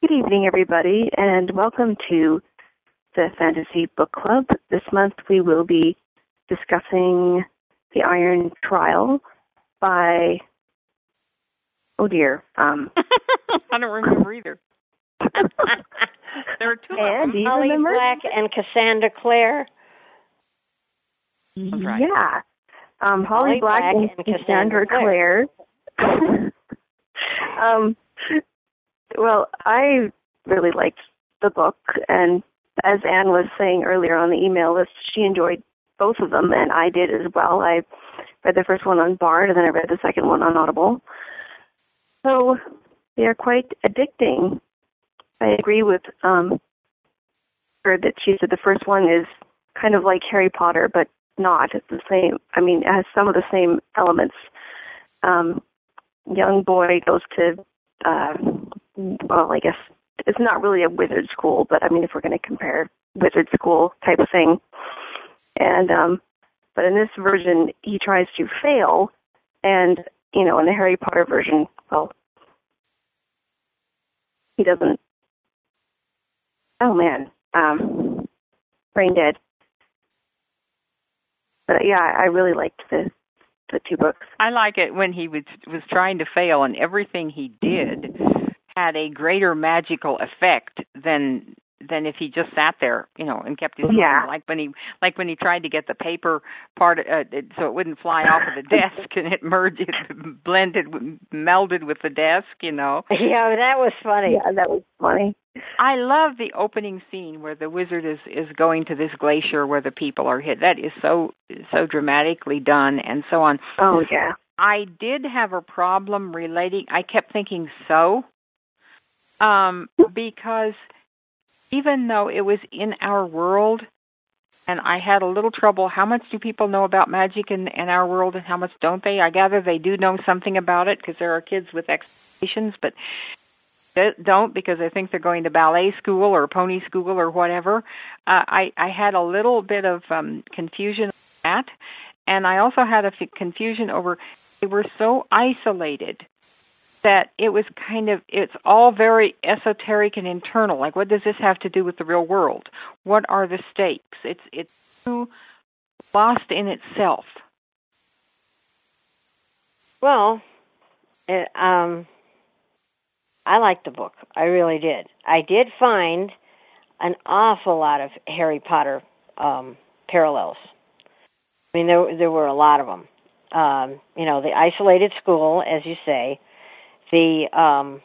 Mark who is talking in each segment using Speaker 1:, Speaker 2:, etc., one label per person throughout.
Speaker 1: Good evening, everybody, and welcome to the Fantasy Book Club. This month we will be discussing The Iron Trial by, oh dear, um,
Speaker 2: I don't remember either. there are two of
Speaker 1: and
Speaker 2: them.
Speaker 1: do you
Speaker 3: Holly
Speaker 1: remember?
Speaker 3: Black and Cassandra Clare.
Speaker 2: That's right.
Speaker 1: Mm-hmm. Yeah. Um, Holly
Speaker 3: Holly
Speaker 1: Black,
Speaker 3: Black
Speaker 1: and,
Speaker 3: and
Speaker 1: Cassandra
Speaker 3: Cassandra
Speaker 1: Clare. um, well, I really liked the book, and as Anne was saying earlier on the email list, she enjoyed both of them, and I did as well. I read the first one on Bard, and then I read the second one on Audible. So they are quite addicting. I agree with um, her that she said the first one is kind of like Harry Potter, but not. It's the same. I mean, it has some of the same elements. Um, young boy goes to, uh, well, I guess it's not really a wizard school, but I mean, if we're going to compare wizard school type of thing, and um, but in this version, he tries to fail, and you know, in the Harry Potter version, well, he doesn't. Oh man, um, brain dead but yeah, I really liked the the two books.
Speaker 2: I like it when he was was trying to fail, and everything he did had a greater magical effect than than if he just sat there, you know, and kept his mind.
Speaker 1: Yeah.
Speaker 2: Like when he like when he tried to get the paper part uh, it- so it wouldn't fly off of the desk, and it merged, it blended, with- melded with the desk. You know,
Speaker 3: Yeah, that was funny.
Speaker 1: Yeah, that was funny.
Speaker 2: I love the opening scene where the wizard is is going to this glacier where the people are hit. That is so so dramatically done, and so on.
Speaker 1: Oh yeah,
Speaker 2: I did have a problem relating. I kept thinking so, um, because even though it was in our world, and I had a little trouble. How much do people know about magic in, in our world, and how much don't they? I gather they do know something about it because there are kids with expectations, but they don't because they think they're going to ballet school or pony school or whatever. Uh, I I had a little bit of um, confusion on that, and I also had a f- confusion over they were so isolated that it was kind of it's all very esoteric and internal like what does this have to do with the real world what are the stakes it's it's too lost in itself
Speaker 3: Well, it, um, I liked the book. I really did. I did find an awful lot of Harry Potter um, parallels. I mean, there there were a lot of them. Um, you know, the isolated school, as you say, the um,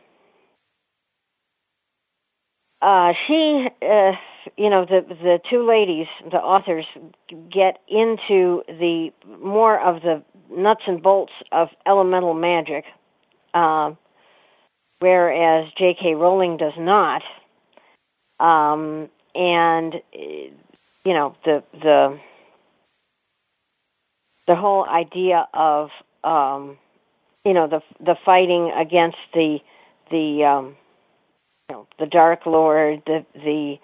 Speaker 3: uh, she, uh, you know, the the two ladies, the authors, get into the more of the nuts and bolts of elemental magic, um, whereas J.K. Rowling does not. Um, and eh, you know the the the whole idea of um, you know the the fighting against the the um, you know the Dark Lord, the the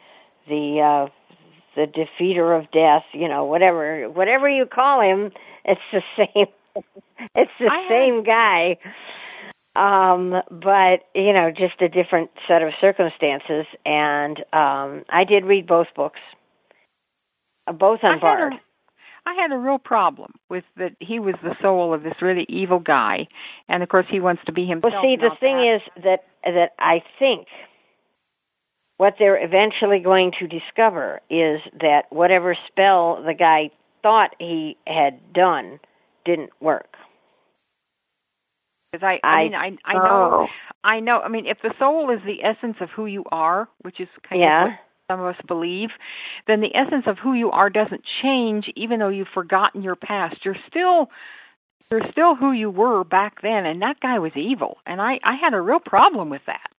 Speaker 3: the uh, the defeater of death, you know, whatever whatever you call him, it's the same it's the
Speaker 2: I had-
Speaker 3: same guy. Um, but, you know, just a different set of circumstances and um I did read both books. Uh, Both
Speaker 2: I
Speaker 3: on
Speaker 2: had
Speaker 3: Bard.
Speaker 2: a- I had a real problem with that he was the soul of this really evil guy and of course he wants to be himself
Speaker 3: Well, see, the
Speaker 2: not
Speaker 3: thing
Speaker 2: that.
Speaker 3: is that that I think what they're eventually going to discover is that whatever spell the guy thought he had done didn't work.
Speaker 2: 'Cause I, I
Speaker 3: I-
Speaker 2: mean I I know
Speaker 1: Oh.
Speaker 2: I know I mean if the soul is the essence of who you are which is kind of
Speaker 3: yeah.
Speaker 2: what some of us believe, then the essence of who you are doesn't change even though you've forgotten your past. You're still you're still who you were back then and that guy was evil and I I had a real problem with that.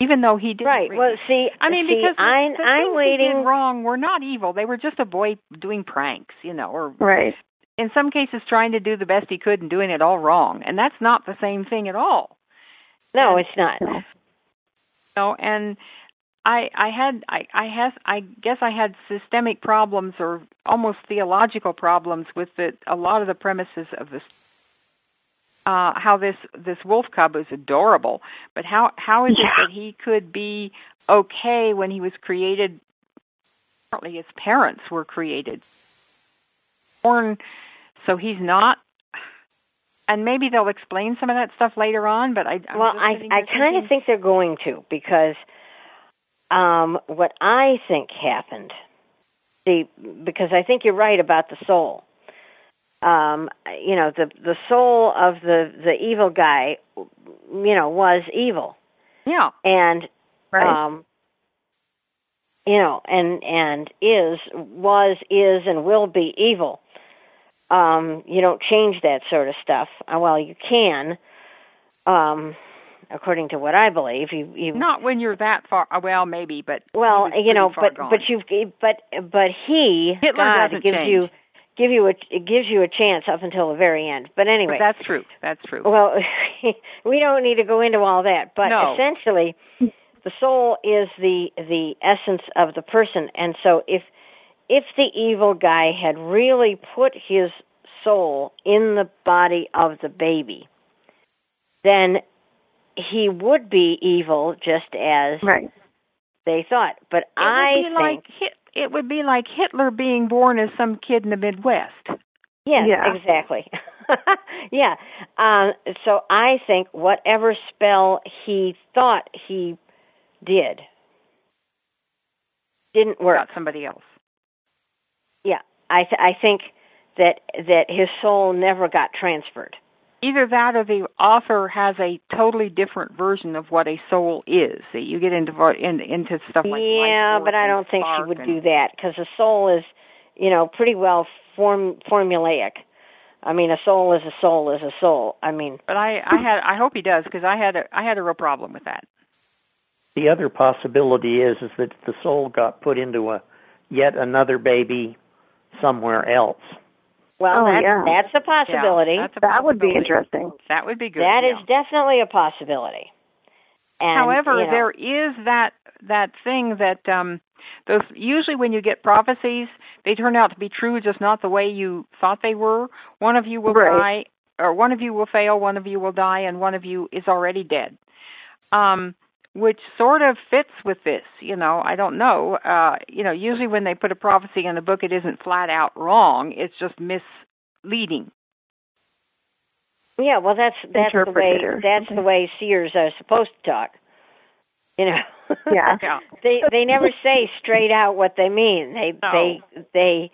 Speaker 2: Even though he didn't
Speaker 3: right.
Speaker 2: really-
Speaker 3: Well, see,
Speaker 2: I mean
Speaker 3: see,
Speaker 2: because the-
Speaker 3: I'm
Speaker 2: the
Speaker 3: I'm
Speaker 2: things he
Speaker 3: waiting.
Speaker 2: did wrong were not evil. They were just a boy doing pranks, you know, or
Speaker 1: right.
Speaker 2: in some cases trying to do the best he could and doing it all wrong. And that's not the same thing at all.
Speaker 3: No, it's not.
Speaker 1: No.
Speaker 2: know and i i had i i has i guess i had systemic problems or almost theological problems with the, a lot of the premises of this uh, how this this wolf cub is adorable, but how how is
Speaker 1: Yeah.
Speaker 2: it that he could be okay when he was created? Apparently, his parents were created, born, so he's not. And maybe they'll explain some of that stuff later on. But I I'm
Speaker 3: well,
Speaker 2: just
Speaker 3: I
Speaker 2: sitting
Speaker 3: I
Speaker 2: here
Speaker 3: kind of
Speaker 2: thinking-
Speaker 3: think they're going to because um what I think happened. See, because I think you're right about the soul. Um, you know, the the soul of the the evil guy, you know, was evil,
Speaker 2: yeah
Speaker 3: and
Speaker 1: Right.
Speaker 3: um, you know, and and is was is and will be evil. Um, you don't change that sort of stuff. Uh, Well, you can, um, according to what I believe. You, you
Speaker 2: not when you're that far. uh, Well, maybe, but
Speaker 3: well,
Speaker 2: he was
Speaker 3: you know,
Speaker 2: pretty far gone.
Speaker 3: but but you've but but he
Speaker 2: Hitler
Speaker 3: God
Speaker 2: doesn't
Speaker 3: gives
Speaker 2: change.
Speaker 3: you give you a it gives you a chance up until the very end. But
Speaker 2: But
Speaker 3: anyway,
Speaker 2: that's true. That's true.
Speaker 3: well, we don't need to go into all that, but
Speaker 2: No.
Speaker 3: essentially, the soul is the the essence of the person, and so if if the evil guy had really put his soul in the body of the baby, then he would be evil just as
Speaker 1: Right.
Speaker 3: they thought. But
Speaker 2: It
Speaker 3: I
Speaker 2: would be
Speaker 3: think
Speaker 2: like Hit, it would be like Hitler being born as some kid in the Midwest.
Speaker 3: Yes,
Speaker 1: Yeah.
Speaker 3: exactly. yeah. Um, so I think whatever spell he thought he did didn't work.
Speaker 2: Got somebody else.
Speaker 3: Yeah. I th- I think that that his soul never got transferred.
Speaker 2: Either that or the author has a totally different version of what a soul is. See, you get into vo- in, into stuff like
Speaker 3: yeah,
Speaker 2: life
Speaker 3: but
Speaker 2: force
Speaker 3: I
Speaker 2: and
Speaker 3: don't think she
Speaker 2: spark
Speaker 3: would
Speaker 2: and,
Speaker 3: do that because a soul is, you know, pretty well form formulaic. I mean, a soul is a soul is a soul. I mean,
Speaker 2: But I I had I hope he does because I had a I had a real problem with that.
Speaker 4: The other possibility is is that the soul got put into a yet another baby somewhere else.
Speaker 3: well,
Speaker 1: Oh,
Speaker 3: that's,
Speaker 1: yeah.
Speaker 3: that's a possibility.
Speaker 2: Yeah, that's a
Speaker 1: That would be
Speaker 2: possibility.
Speaker 1: interesting.
Speaker 2: That would be good.
Speaker 3: That
Speaker 2: yeah.
Speaker 3: is definitely a possibility. And,
Speaker 2: However,
Speaker 3: you know,
Speaker 2: there is that that thing that um those usually when you get prophecies, they turn out to be true just not the way you thought they were. One of you will
Speaker 1: Right.
Speaker 2: die or one of you will fail, one of you will die and one of you is already dead. Um which sort of fits with this, you know, I don't know. Uh you know, usually when they put a prophecy in a book it isn't flat out wrong, it's just misleading.
Speaker 3: yeah. Well, that's that's the way
Speaker 1: Interpreter.
Speaker 3: that's
Speaker 2: Mm-hmm.
Speaker 3: the way seers are supposed to talk. You know.
Speaker 1: Yeah.
Speaker 2: Yeah.
Speaker 3: they they never say straight out what they mean. They
Speaker 2: No.
Speaker 3: they they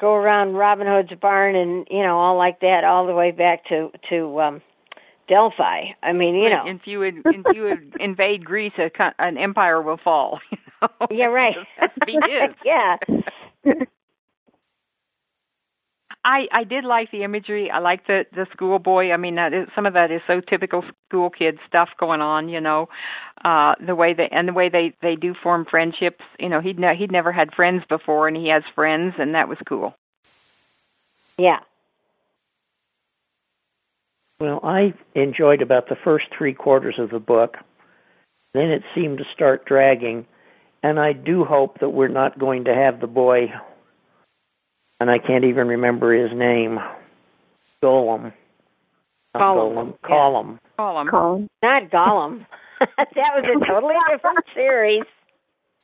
Speaker 3: go around Robin Hood's barn and you know all like that all the way back to to um Delphi. I mean, you know.
Speaker 2: if you in- if you in- invade Greece, a, co- an empire will fall. You know?
Speaker 3: Yeah, right.
Speaker 2: That's what it is.
Speaker 3: yeah.
Speaker 2: I I did like the imagery. I like the the schoolboy. I mean, that is, some of that is so typical school kid stuff going on. You know, uh the way they and the way they they do form friendships. You know, he'd ne- he'd never had friends before, and he has friends, and that was cool.
Speaker 3: Yeah.
Speaker 4: Well, I enjoyed about the first three quarters of the book. Then it seemed to start dragging, and I do hope that we're not going to have the boy, and I can't even remember his name, Golem. Not
Speaker 3: Gollum,
Speaker 4: Golem,
Speaker 3: yeah.
Speaker 4: Column.
Speaker 2: Call him.
Speaker 1: Colin.
Speaker 3: Not Gollum. that was a totally different series.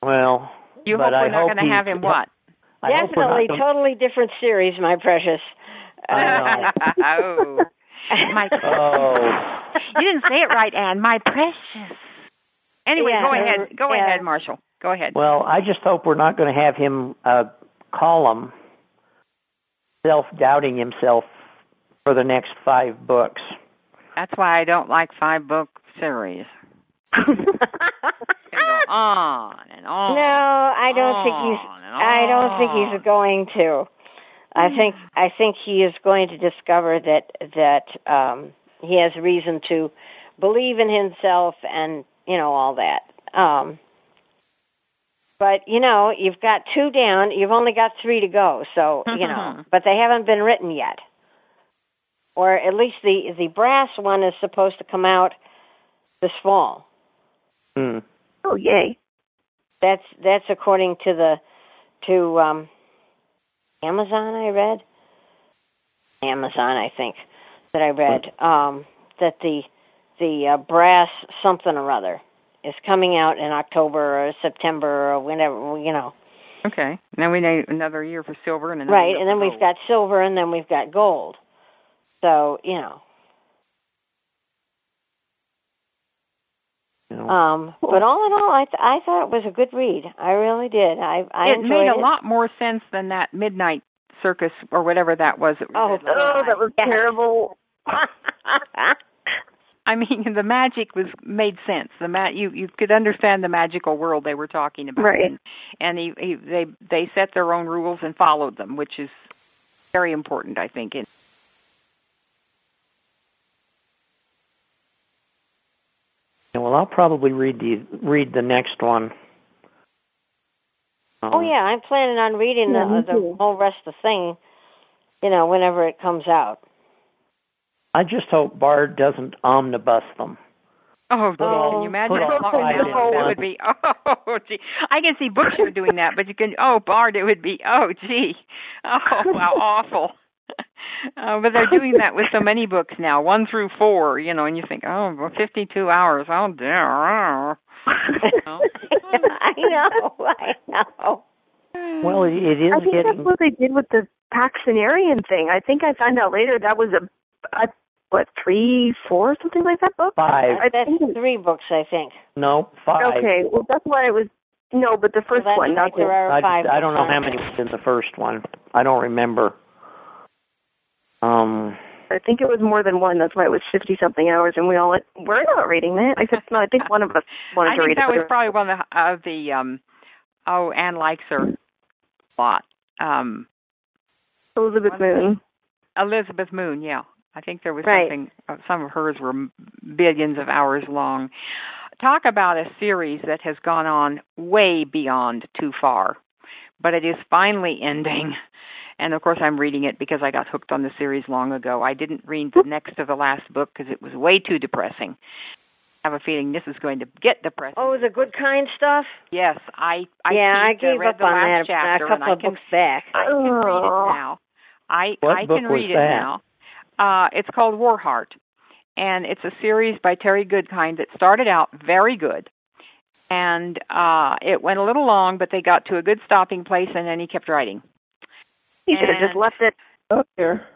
Speaker 4: Well,
Speaker 2: You
Speaker 4: but
Speaker 2: hope
Speaker 4: I
Speaker 2: we're not
Speaker 4: hope
Speaker 2: going to
Speaker 4: he-
Speaker 2: have him what?
Speaker 4: I hope we're not
Speaker 3: Definitely
Speaker 4: gonna-
Speaker 3: totally different series, my precious.
Speaker 4: I
Speaker 2: oh, my.
Speaker 4: Oh.
Speaker 2: you didn't say it right, Anne. My precious. Anyway,
Speaker 3: Yeah,
Speaker 2: go ahead. Go
Speaker 3: yeah.
Speaker 2: ahead, Marshall. Go ahead.
Speaker 4: Well, I just hope we're not going to have him uh, call him self doubting himself for the next five books.
Speaker 2: That's why I don't like five book series. They go on and on.
Speaker 3: Ah! Uh, No, I don't think he's.
Speaker 2: on and
Speaker 3: I don't think
Speaker 2: on.
Speaker 3: he's going to. I think I think he is going to discover that that um, he has reason to believe in himself and you know all that. Um, but you know you've got two down. You've only got three to go. So you know, but they haven't been written yet, or at least the the brass one is supposed to come out this fall.
Speaker 4: Hmm.
Speaker 1: Oh, yay.
Speaker 3: That's that's according to the to um Amazon I read. Amazon I think. that I read um, that the the uh, brass something or other is coming out in October or September or whenever you know.
Speaker 2: Okay. Now we need another year for silver and another
Speaker 3: Right,
Speaker 2: year
Speaker 3: and then
Speaker 2: for
Speaker 3: we've
Speaker 2: gold.
Speaker 3: got silver, and then we've got gold. So you know,
Speaker 4: You know.
Speaker 3: um, but all in all, I th- I thought it was a good read. I really did. I I
Speaker 2: it
Speaker 3: enjoyed
Speaker 2: made a
Speaker 3: it.
Speaker 2: lot more sense than that midnight circus or whatever that was. That we
Speaker 3: Oh,
Speaker 2: did last-
Speaker 1: Oh, that was
Speaker 3: Yes.
Speaker 1: terrible.
Speaker 2: I mean, the magic was made sense. The ma- you you could understand the magical world they were talking about,
Speaker 1: Right.
Speaker 2: And, and he, he, they they set their own rules and followed them, which is very important, I think. In
Speaker 4: Yeah, well, I'll probably read the read the next one. Um,
Speaker 3: Oh yeah, I'm planning on reading
Speaker 1: Yeah, me
Speaker 3: the, the
Speaker 1: too.
Speaker 3: whole rest of the thing. You know, whenever it comes out.
Speaker 4: I just hope Bard doesn't omnibus them.
Speaker 2: oh, gee,
Speaker 3: all-
Speaker 2: can you imagine
Speaker 4: put all
Speaker 2: Flock and
Speaker 1: five in
Speaker 2: Mouse? That
Speaker 1: one.
Speaker 2: would be oh, gee. I can see Butcher doing that, but you can oh, Bard, it would be oh, gee, oh, how awful. Uh, but they're doing that with so many books now, one through four, you know, and you think, oh, well, 52 hours, oh, dear. oh.
Speaker 3: I know. I know.
Speaker 4: Well, it, it is
Speaker 1: I think
Speaker 4: getting
Speaker 1: that's what they did with the Paxtonarian thing. I think I found out later that was a, a what three, four, something like that book.
Speaker 4: five.
Speaker 1: I
Speaker 3: That's
Speaker 1: think it-
Speaker 3: three books, I think.
Speaker 4: No, five.
Speaker 1: Okay, well that's why I was no, but the
Speaker 3: So
Speaker 1: first
Speaker 3: that's
Speaker 1: one,
Speaker 3: right,
Speaker 1: not
Speaker 3: there
Speaker 1: the
Speaker 3: are
Speaker 4: I,
Speaker 3: five.
Speaker 4: just, I don't know
Speaker 3: books
Speaker 4: how
Speaker 3: on
Speaker 4: many
Speaker 3: it.
Speaker 4: was in the first one. I don't remember. Um,
Speaker 1: I think it was more than one. That's why it was fifty something hours, and we all went, we're not reading that. I said no, I think one of us wanted
Speaker 2: I
Speaker 1: to
Speaker 2: think
Speaker 1: read
Speaker 2: that
Speaker 1: it.
Speaker 2: was probably one of the, of the um oh Anne likes her a lot. Um
Speaker 1: but Elizabeth Moon.
Speaker 2: Elizabeth Moon, yeah. I think there was
Speaker 3: Right.
Speaker 2: something uh, some of hers were m- billions of hours long. Talk about a series that has gone on way beyond too far. But it is finally ending. And of course I'm reading it because I got hooked on the series long ago. I didn't read the next to the last book because it was way too depressing. I have a feeling this is going to get depressing.
Speaker 3: Oh, the good kind stuff.
Speaker 2: Yes, I I
Speaker 3: yeah, I
Speaker 2: peeked,
Speaker 3: gave
Speaker 2: read
Speaker 3: up
Speaker 2: the
Speaker 3: on
Speaker 2: last
Speaker 3: that a-
Speaker 2: chapter
Speaker 3: a
Speaker 2: and I
Speaker 3: couple of
Speaker 2: can
Speaker 3: books back.
Speaker 2: I can read it
Speaker 1: Oh.
Speaker 2: now. I
Speaker 4: What
Speaker 2: I
Speaker 4: book
Speaker 2: can
Speaker 4: was
Speaker 2: read it
Speaker 4: that?
Speaker 2: now. Uh it's called Warheart. And it's a series by Terry Goodkind that started out very good. And uh it went a little long, but they got to a good stopping place and then he kept writing.
Speaker 1: He could have just
Speaker 2: And-
Speaker 1: left it up there.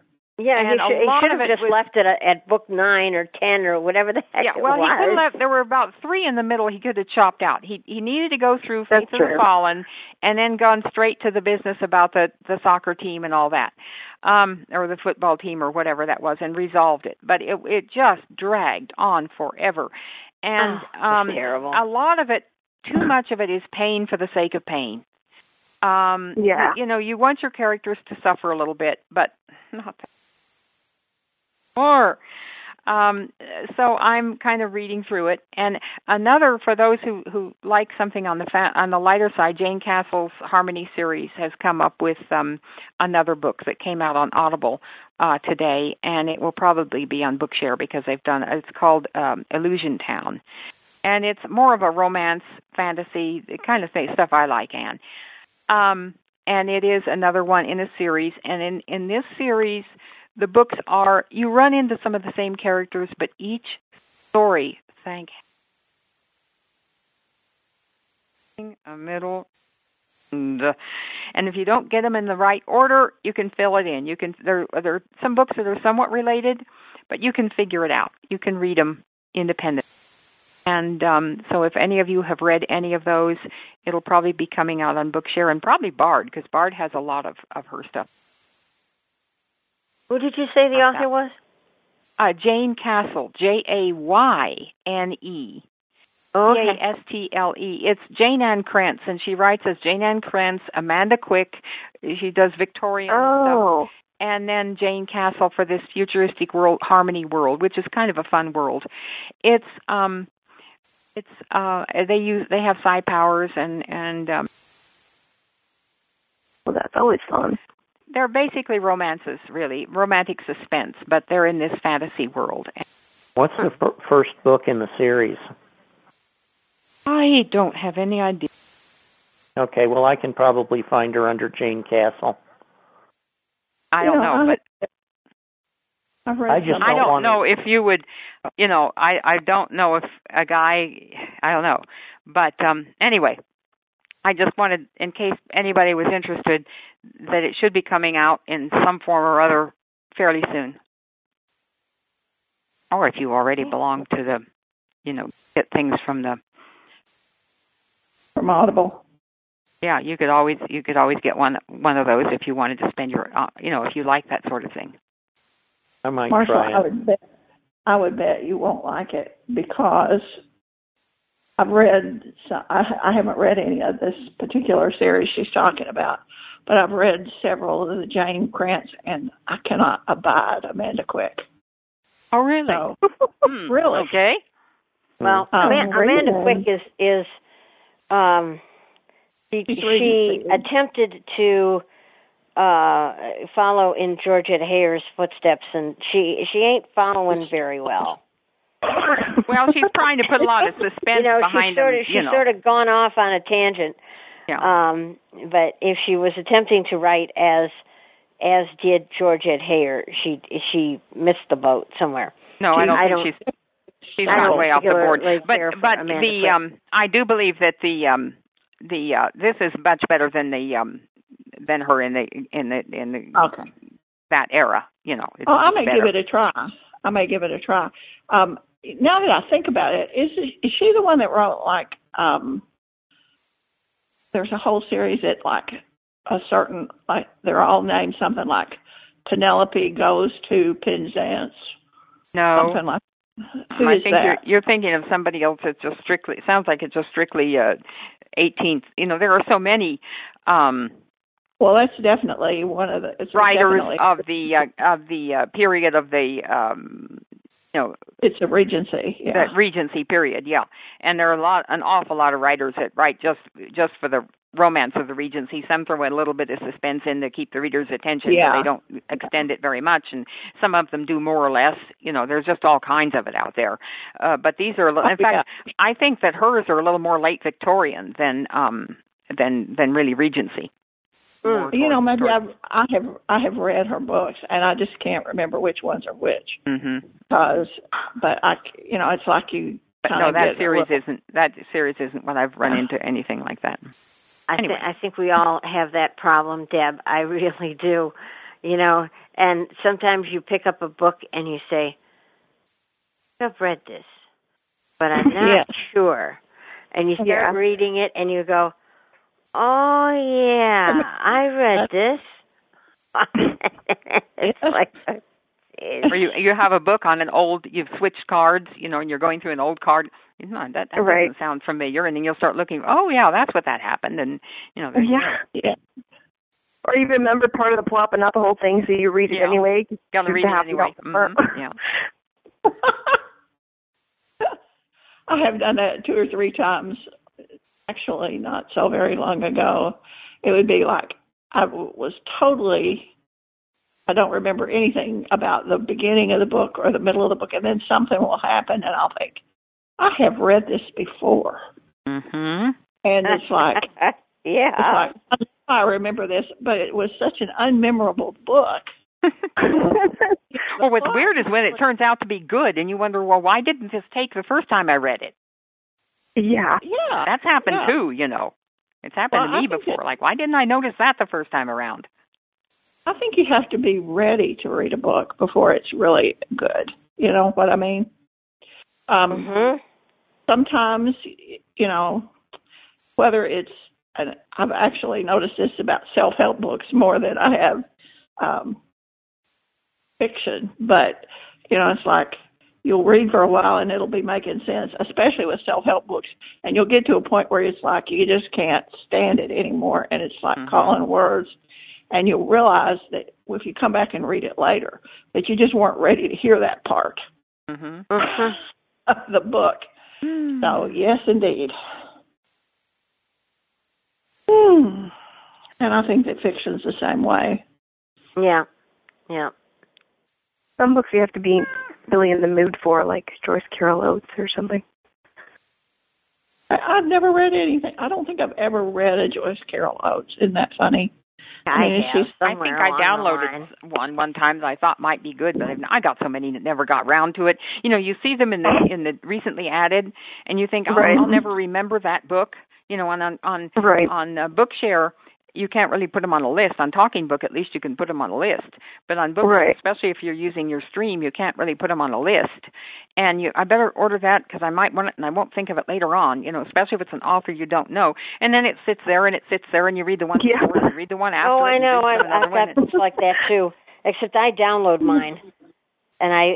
Speaker 3: Yeah,
Speaker 2: And
Speaker 3: he
Speaker 2: a
Speaker 3: should, he
Speaker 2: lot
Speaker 3: should
Speaker 2: of
Speaker 3: have
Speaker 2: it
Speaker 3: just
Speaker 2: was-
Speaker 3: left it at, at book nine or ten or whatever the heck
Speaker 2: yeah,
Speaker 3: it
Speaker 2: well
Speaker 3: was.
Speaker 2: he could left there were about three in the middle he could have chopped out. He he needed to go through
Speaker 1: That's
Speaker 2: Faith of the
Speaker 1: true.
Speaker 2: Fallen and then gone straight to the business about the, the soccer team and all that. Um or the football team or whatever that was and resolved it. But it it just dragged on forever. And
Speaker 3: Oh,
Speaker 2: um
Speaker 3: terrible.
Speaker 2: a lot of it too much of it is pain for the sake of pain. Um
Speaker 1: Yeah.
Speaker 2: you know, you want your characters to suffer a little bit, but not that more. Um, so I'm kind of reading through it, and another for those who who like something on the fa- on the lighter side, Jane Castle's Harmony series has come up with um, another book that came out on Audible uh, today, and it will probably be on Bookshare because they've done. It's called um, Illusion Town, and it's more of a romance, fantasy the kind of thing, stuff I like, Anne. Um, and it is another one in a series, and in in this series, the books are you run into some of the same characters, but each story, thank a middle and uh, and if you don't get them in the right order, you can fill it in. You can there there are some books that are somewhat related, but you can figure it out. You can read them independent. And um, so, if any of you have read any of those, it'll probably be coming out on Bookshare and probably Bard because Bard has a lot of of her stuff.
Speaker 3: Who did you say the
Speaker 2: Not that.
Speaker 3: author was?
Speaker 2: Uh, Jane Castle, J A Y N E C
Speaker 3: Oh, Okay.
Speaker 2: A S T L E. It's Jane Ann Krantz, and she writes as Jane Ann Krantz, Amanda Quick. She does Victorian stuff,
Speaker 1: Oh,
Speaker 2: and then Jane Castle for this futuristic world, Harmony World, which is kind of a fun world. It's um, it's uh, they use they have psi powers and and um,
Speaker 1: well, that's always fun.
Speaker 2: they're basically romances, really romantic suspense, but they're in this fantasy world.
Speaker 4: What's the fir- first book in the series?
Speaker 2: I don't have any idea.
Speaker 4: Okay, well, I can probably find her under Jane Castle.
Speaker 2: I don't
Speaker 1: No,
Speaker 2: know,
Speaker 1: I-
Speaker 2: but
Speaker 5: I've read
Speaker 4: I just
Speaker 5: some.
Speaker 2: I
Speaker 4: don't
Speaker 2: don't
Speaker 4: wanna-
Speaker 2: know if you would, you know, I I don't know if a guy, I don't know, but um anyway, I just wanted, in case anybody was interested, that it should be coming out in some form or other fairly soon, or if you already belong to the, you know, get things from the.
Speaker 5: from Audible.
Speaker 2: Yeah, you could always you could always get one one of those if you wanted to spend your, uh, you know, if you like that sort of thing.
Speaker 4: I might
Speaker 5: Marshall,
Speaker 4: try
Speaker 5: I
Speaker 4: it.
Speaker 5: would bet I would bet you won't like it because I've read so- I I haven't read any of this particular series she's talking about, but I've read several of the Jane Krantz and I cannot abide Amanda Quick.
Speaker 2: Oh, really?
Speaker 5: So
Speaker 1: Oh,
Speaker 2: Hmm,
Speaker 5: really.
Speaker 2: Okay.
Speaker 3: Well,
Speaker 2: Oh,
Speaker 5: Um,
Speaker 3: Ama- Amanda
Speaker 5: reading.
Speaker 3: Quick is is um, she,
Speaker 5: She's reading
Speaker 3: she attempted to uh, follow in Georgette Hayer's footsteps, and she she ain't following very well.
Speaker 2: Well, she's trying to put a lot of suspense
Speaker 3: you know,
Speaker 2: behind
Speaker 3: she's sort
Speaker 2: them,
Speaker 3: of uh, she's
Speaker 2: you know.
Speaker 3: sort of gone off on a tangent.
Speaker 2: Yeah.
Speaker 3: Um, but if she was attempting to write as as did Georgette Hayer, she she missed the boat somewhere.
Speaker 2: no, I don't
Speaker 3: I
Speaker 2: think
Speaker 3: don't-
Speaker 2: she's she's
Speaker 3: I
Speaker 2: gone
Speaker 3: don't
Speaker 2: way off the board.
Speaker 3: particularly
Speaker 2: But
Speaker 3: care for
Speaker 2: but
Speaker 3: Amanda
Speaker 2: the
Speaker 3: Quick.
Speaker 2: um I do believe that the um the uh this is much better than the um than her in the in the in the
Speaker 5: Okay.
Speaker 2: that era, you know. It's,
Speaker 5: Oh, I
Speaker 2: it's
Speaker 5: may
Speaker 2: better.
Speaker 5: give it a try. I may give it a try. Um, now that I think about it, is is she the one that wrote like um, there's a whole series that like a certain like they're all named something like Penelope goes to Penzance,
Speaker 2: no.
Speaker 5: something like. Who
Speaker 2: Oh. I
Speaker 5: is
Speaker 2: think
Speaker 5: that?
Speaker 2: you're you're thinking of somebody else that's just strictly it sounds like it's just strictly uh 18th. You know, there are so many um
Speaker 5: Well, that's definitely one of the it's
Speaker 2: writers
Speaker 5: definitely-
Speaker 2: of the uh, of the uh, period of the um you know
Speaker 5: it's a Regency. Yeah.
Speaker 2: that regency period yeah and there are a lot an awful lot of writers that write just just for the romance of the regency some throw in a little bit of suspense in to keep the reader's attention
Speaker 5: Yeah.
Speaker 2: but they don't extend it very much and some of them do more or less you know there's just all kinds of it out there uh, but these are a li- in
Speaker 5: Oh,
Speaker 2: fact i think that hers are a little more late victorian than um than than really regency
Speaker 3: Mm.
Speaker 2: More
Speaker 5: you know,
Speaker 2: towards-
Speaker 5: maybe
Speaker 2: towards-
Speaker 5: I've, I have I have read her books, and I just can't remember which ones are which.
Speaker 2: mhm
Speaker 5: because but I c- you know it's like you
Speaker 2: but
Speaker 5: kind
Speaker 2: no
Speaker 5: of
Speaker 2: that
Speaker 5: get
Speaker 2: series
Speaker 5: a little-
Speaker 2: isn't that series isn't what i've run into anything like that
Speaker 3: I, thi-
Speaker 2: Anyway.
Speaker 3: I think we all have that problem, Deb. I really do. You know, and sometimes you pick up a book and you say, I've read this, but I'm not
Speaker 5: Yes.
Speaker 3: sure. And you start
Speaker 5: Yeah.
Speaker 3: reading it and you go, Oh, yeah, I read this. it's
Speaker 5: Yeah.
Speaker 3: like,
Speaker 2: or you you have a book on an old you've switched cards you know and you're going through an old card you know that, that
Speaker 1: Right.
Speaker 2: doesn't sound familiar and then you'll start looking oh yeah that's what that happened and you know there you
Speaker 1: Yeah.
Speaker 5: yeah.
Speaker 1: Or you remember part of the plot, but not the whole thing, so you read it
Speaker 2: Yeah.
Speaker 1: anyway.
Speaker 2: go. gotta
Speaker 1: You're
Speaker 2: read it
Speaker 1: happy
Speaker 2: anyway
Speaker 1: about the
Speaker 2: Mhm,
Speaker 1: part.
Speaker 2: yeah
Speaker 5: I have done that two or three times, actually, not so very long ago. It would be like I w- was totally. I don't remember anything about the beginning of the book or the middle of the book, and then something will happen, and I'll think, I have read this before,
Speaker 2: mhm
Speaker 5: and it's like
Speaker 3: yeah.
Speaker 5: It's like, I
Speaker 2: Ah.
Speaker 5: don't know how I remember this, but it was such an unmemorable book.
Speaker 2: Mm-hmm. well what's weird is when it turns out to be good and you wonder well why didn't this take the first time i read it
Speaker 1: yeah.
Speaker 5: Yeah.
Speaker 2: that's happened
Speaker 5: yeah.
Speaker 2: too you know it's happened
Speaker 5: Well,
Speaker 2: to
Speaker 5: I
Speaker 2: me
Speaker 5: think
Speaker 2: before
Speaker 5: it-
Speaker 2: like why didn't i notice that the first time around
Speaker 5: I think you have to be ready to read a book before it's really good. You know what I mean? Um,
Speaker 3: hmm
Speaker 5: Sometimes, y- you know, whether it's, and I've actually noticed this about self help books more than I have um, fiction, but, you know, it's like, You'll read for a while and it'll be making sense, especially with self help books. And you'll get to a point where it's like you just can't stand it anymore and it's like
Speaker 2: Mhm.
Speaker 5: calling words and you'll realize that if you come back and read it later that you just weren't ready to hear that part
Speaker 2: mhm
Speaker 3: Mm-hmm.
Speaker 5: of the book
Speaker 2: Mm-hmm.
Speaker 5: so yes indeed hmm. and i think that fiction's the same way
Speaker 3: Yeah. Yeah.
Speaker 1: Some books you have to be really in the mood for, like Joyce Carol Oates or something.
Speaker 5: I, i've never read anything i don't think i've ever read a joyce carol oates isn't that funny I mean,
Speaker 6: have
Speaker 5: she's
Speaker 2: I
Speaker 6: somewhere
Speaker 2: think I
Speaker 6: along the
Speaker 2: downloaded
Speaker 6: line.
Speaker 2: one one time that I thought might be good, but I've, I got so many that never got round to it. You know, you see them in the in the recently added, and you think "Oh, I'll,
Speaker 1: Right.
Speaker 2: I'll never remember that book. You know, on on on
Speaker 1: Right.
Speaker 2: on uh, Bookshare, you can't really put them on a list. On Talking Book, at least you can put them on a list. But on Bookshare,
Speaker 1: Right.
Speaker 2: especially if you're using your stream, you can't really put them on a list. And you, I better order that because I might want it, and I won't think of it later on. You know, especially if it's an author you don't know. And then it sits there, and it sits there, and you read the one
Speaker 1: Yeah.
Speaker 2: before, and you read the one after.
Speaker 3: Oh, I
Speaker 2: and you
Speaker 3: know.
Speaker 2: read
Speaker 3: I've,
Speaker 2: another one,
Speaker 3: I've
Speaker 2: Hmm.
Speaker 3: got
Speaker 2: and-
Speaker 3: books like that too. Except I download mine, and I,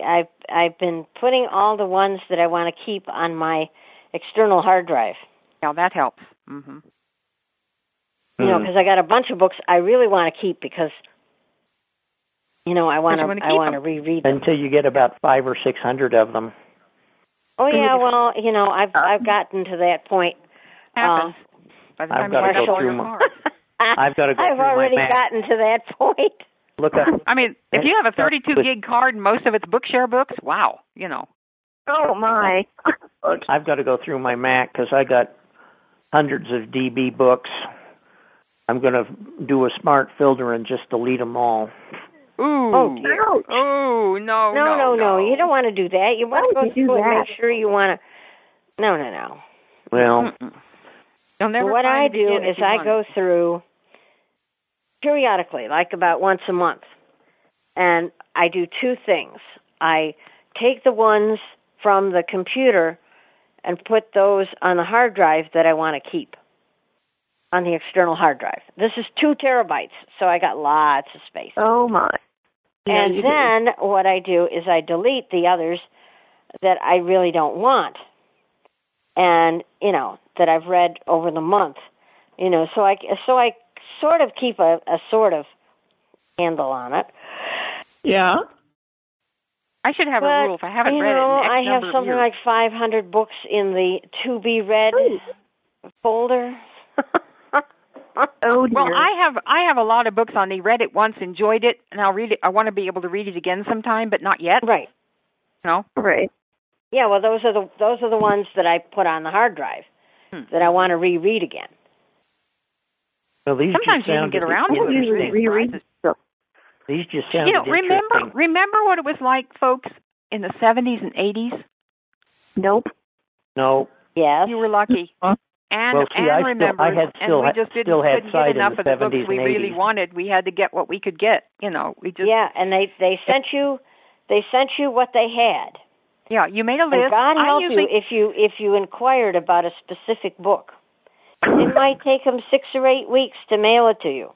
Speaker 3: I I've been putting all the ones that I want to keep on my external hard drive.
Speaker 2: Yeah, that helps. hmm
Speaker 3: You know,
Speaker 4: Mm.
Speaker 3: because I got a bunch of books I really want to keep because, you know, I want to
Speaker 2: you wanna
Speaker 3: I
Speaker 2: keep
Speaker 3: want to
Speaker 2: them.
Speaker 3: reread them.
Speaker 4: until you get about five or six hundred of them.
Speaker 3: Oh yeah, well, you know,
Speaker 4: Uh,
Speaker 3: I've I've gotten to that point.
Speaker 2: Happens.
Speaker 3: Uh,
Speaker 2: By the
Speaker 4: I've
Speaker 2: time
Speaker 4: gotta
Speaker 2: you
Speaker 3: go
Speaker 2: shuffle
Speaker 4: through
Speaker 2: your
Speaker 4: my-
Speaker 2: cards.
Speaker 4: I've gotta go
Speaker 3: I've
Speaker 4: through my
Speaker 3: already
Speaker 4: Mac.
Speaker 3: gotten to that point.
Speaker 4: Look up
Speaker 2: I mean, if
Speaker 4: That's-
Speaker 2: you have a
Speaker 4: that's
Speaker 2: 32
Speaker 4: good.
Speaker 2: gig card and most of it's Bookshare books, wow, you know.
Speaker 1: Oh my.
Speaker 5: books.
Speaker 4: I've got to go through my Mac because I got hundreds of DB books. I'm going to do a smart filter and just delete them all.
Speaker 2: Ooh.
Speaker 3: Oh, dear.
Speaker 1: Ouch.
Speaker 2: Ooh, Oh, no,
Speaker 3: no, no, no. You don't want to do that. You want to
Speaker 1: would
Speaker 3: go
Speaker 1: you do
Speaker 3: through and make
Speaker 1: that?
Speaker 3: sure you want to. No, no, no.
Speaker 4: Well,
Speaker 2: Mm-mm. You'll never
Speaker 3: what
Speaker 2: find
Speaker 3: I
Speaker 2: it
Speaker 3: do
Speaker 2: again if
Speaker 3: is
Speaker 2: you
Speaker 3: I
Speaker 2: want
Speaker 3: go
Speaker 2: it.
Speaker 3: through periodically, like about once a month, and I do two things. I take the ones from the computer and put those on the hard drive that I want to keep on the external hard drive. This is two terabytes, so I got lots of space.
Speaker 1: Oh my.
Speaker 5: Yeah,
Speaker 3: and
Speaker 5: you do.
Speaker 3: then what I do is I delete the others that I really don't want. And, you know, that I've read over the month. You know, so I so I sort of keep a, a sort of handle on it.
Speaker 5: Yeah.
Speaker 2: I should have
Speaker 3: but,
Speaker 2: a rule. If I haven't
Speaker 3: you
Speaker 2: read
Speaker 3: know,
Speaker 2: it in X
Speaker 3: I have
Speaker 2: number of
Speaker 3: something
Speaker 2: years.
Speaker 3: like 500 books in the to be read folder.
Speaker 1: Oh dear.
Speaker 2: Well, I have I have a lot of books on the read it once, enjoyed it, and I'll read it. I want to be able to read it again sometime, but not yet.
Speaker 3: right.
Speaker 2: No.
Speaker 1: right.
Speaker 3: Yeah, well, those are the those are the ones that I put on the hard drive
Speaker 2: Hmm.
Speaker 3: that I want to reread again.
Speaker 4: well these
Speaker 2: Sometimes
Speaker 4: just
Speaker 2: you can
Speaker 4: sounded
Speaker 2: get around to it.
Speaker 4: interesting.
Speaker 1: usually reread stuff.
Speaker 4: These just
Speaker 2: you
Speaker 4: sounded
Speaker 2: know, remember
Speaker 4: interesting.
Speaker 2: remember what it was like, folks, in the 70s and 80s.
Speaker 1: Nope.
Speaker 4: No,
Speaker 3: Yes.
Speaker 2: You were lucky.
Speaker 5: Huh?
Speaker 2: And
Speaker 4: Well, see,
Speaker 2: and
Speaker 4: I still-
Speaker 2: remember,
Speaker 4: I had still
Speaker 2: and we
Speaker 4: had-
Speaker 2: just didn't
Speaker 4: still had
Speaker 2: couldn't
Speaker 4: sight
Speaker 2: get
Speaker 4: in
Speaker 2: enough
Speaker 4: the
Speaker 2: of the books
Speaker 4: 70s
Speaker 2: we
Speaker 4: and
Speaker 2: really
Speaker 4: 80s.
Speaker 2: wanted. We had to get what we could get. You know, we just
Speaker 3: yeah, and they they sent you they sent you what they had.
Speaker 2: yeah, You made a
Speaker 3: And
Speaker 2: list.
Speaker 3: God
Speaker 2: I
Speaker 3: help
Speaker 2: usually,
Speaker 3: you if you if you inquired about a specific book. It might take them six or eight weeks to mail it to you.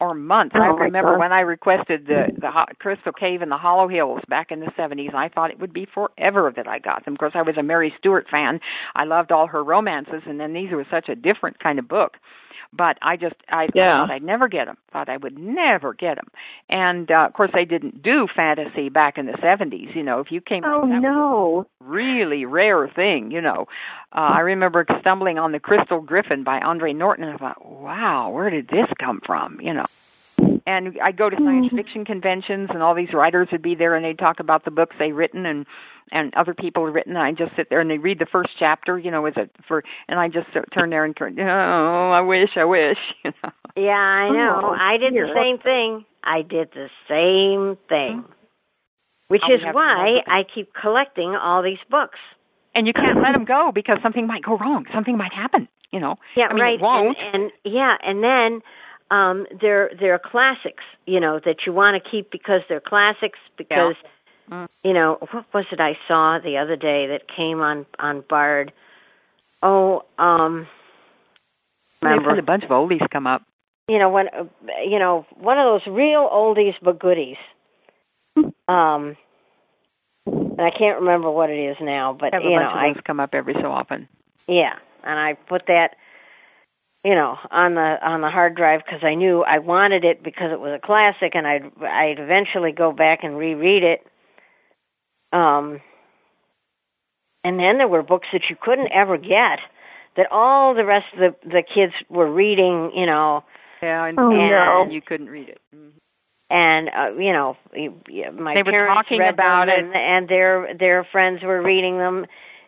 Speaker 2: or months.
Speaker 1: Oh,
Speaker 2: I
Speaker 1: my
Speaker 2: remember
Speaker 1: God.
Speaker 2: when I requested the the ho Crystal Cave and the Hollow Hills back in the 70s. I thought it would be forever that I got them. Of course, I was a Mary Stewart fan. I loved all her romances, and then these were such a different kind of book. But I just I
Speaker 5: Yeah.
Speaker 2: thought I'd never get them. Thought I would never get them. And uh, of course, they didn't do fantasy back in the 70s. You know, if you came
Speaker 1: Oh
Speaker 2: that was
Speaker 1: no.
Speaker 2: really rare thing, you know. Uh, I remember stumbling on the Crystal Griffin by Andre Norton, and I thought, "Wow, where did this come from?" You know. And I'd go to science fiction conventions, and all these writers would be there, and they'd talk about the books they'd written and and other people had written. And I'd just sit there and they read the first chapter, you know, as a for, and I just sort of turn there and turn. Oh, I wish, I wish, you know.
Speaker 3: Yeah, I know.
Speaker 1: Oh,
Speaker 3: I did the
Speaker 1: dear.
Speaker 3: same thing. I did the same thing.
Speaker 2: Mm-hmm.
Speaker 3: Which
Speaker 2: I'll
Speaker 3: is
Speaker 2: have to
Speaker 3: why
Speaker 2: look at
Speaker 3: Mm-hmm. I keep collecting all these books.
Speaker 2: And you can't let them go because something might go wrong, something might happen, you know.
Speaker 3: Yeah,
Speaker 2: I mean,
Speaker 3: right.
Speaker 2: It won't.
Speaker 3: And, and yeah, and then um they're they're classics, you know, that you want to keep because they're classics because
Speaker 2: Mm.
Speaker 3: you know, what was it I saw the other day that came on on Bard? Oh, um
Speaker 2: They've had
Speaker 3: remember
Speaker 2: a bunch of oldies come up.
Speaker 3: you know, when uh, you know, one of those real oldies but goodies.
Speaker 2: Hmm.
Speaker 3: Um and I can't remember what it is now, but
Speaker 2: Have a
Speaker 3: you know,
Speaker 2: bunch
Speaker 3: I
Speaker 2: of those come up every so often.
Speaker 3: yeah, and I put that, you know, on the on the hard drive because I knew I wanted it because it was a classic, and I'd I'd eventually go back and reread it. Um, and then there were books that you couldn't ever get that all the rest of the the kids were reading, you know,
Speaker 2: Yeah, and,
Speaker 1: Oh,
Speaker 2: and
Speaker 1: no.
Speaker 2: you couldn't read it. Mhm.
Speaker 3: and uh, you know, y- y- my
Speaker 2: They were
Speaker 3: parents
Speaker 2: talking
Speaker 3: read
Speaker 2: about
Speaker 3: them
Speaker 2: it.
Speaker 3: and, and their their friends were reading them.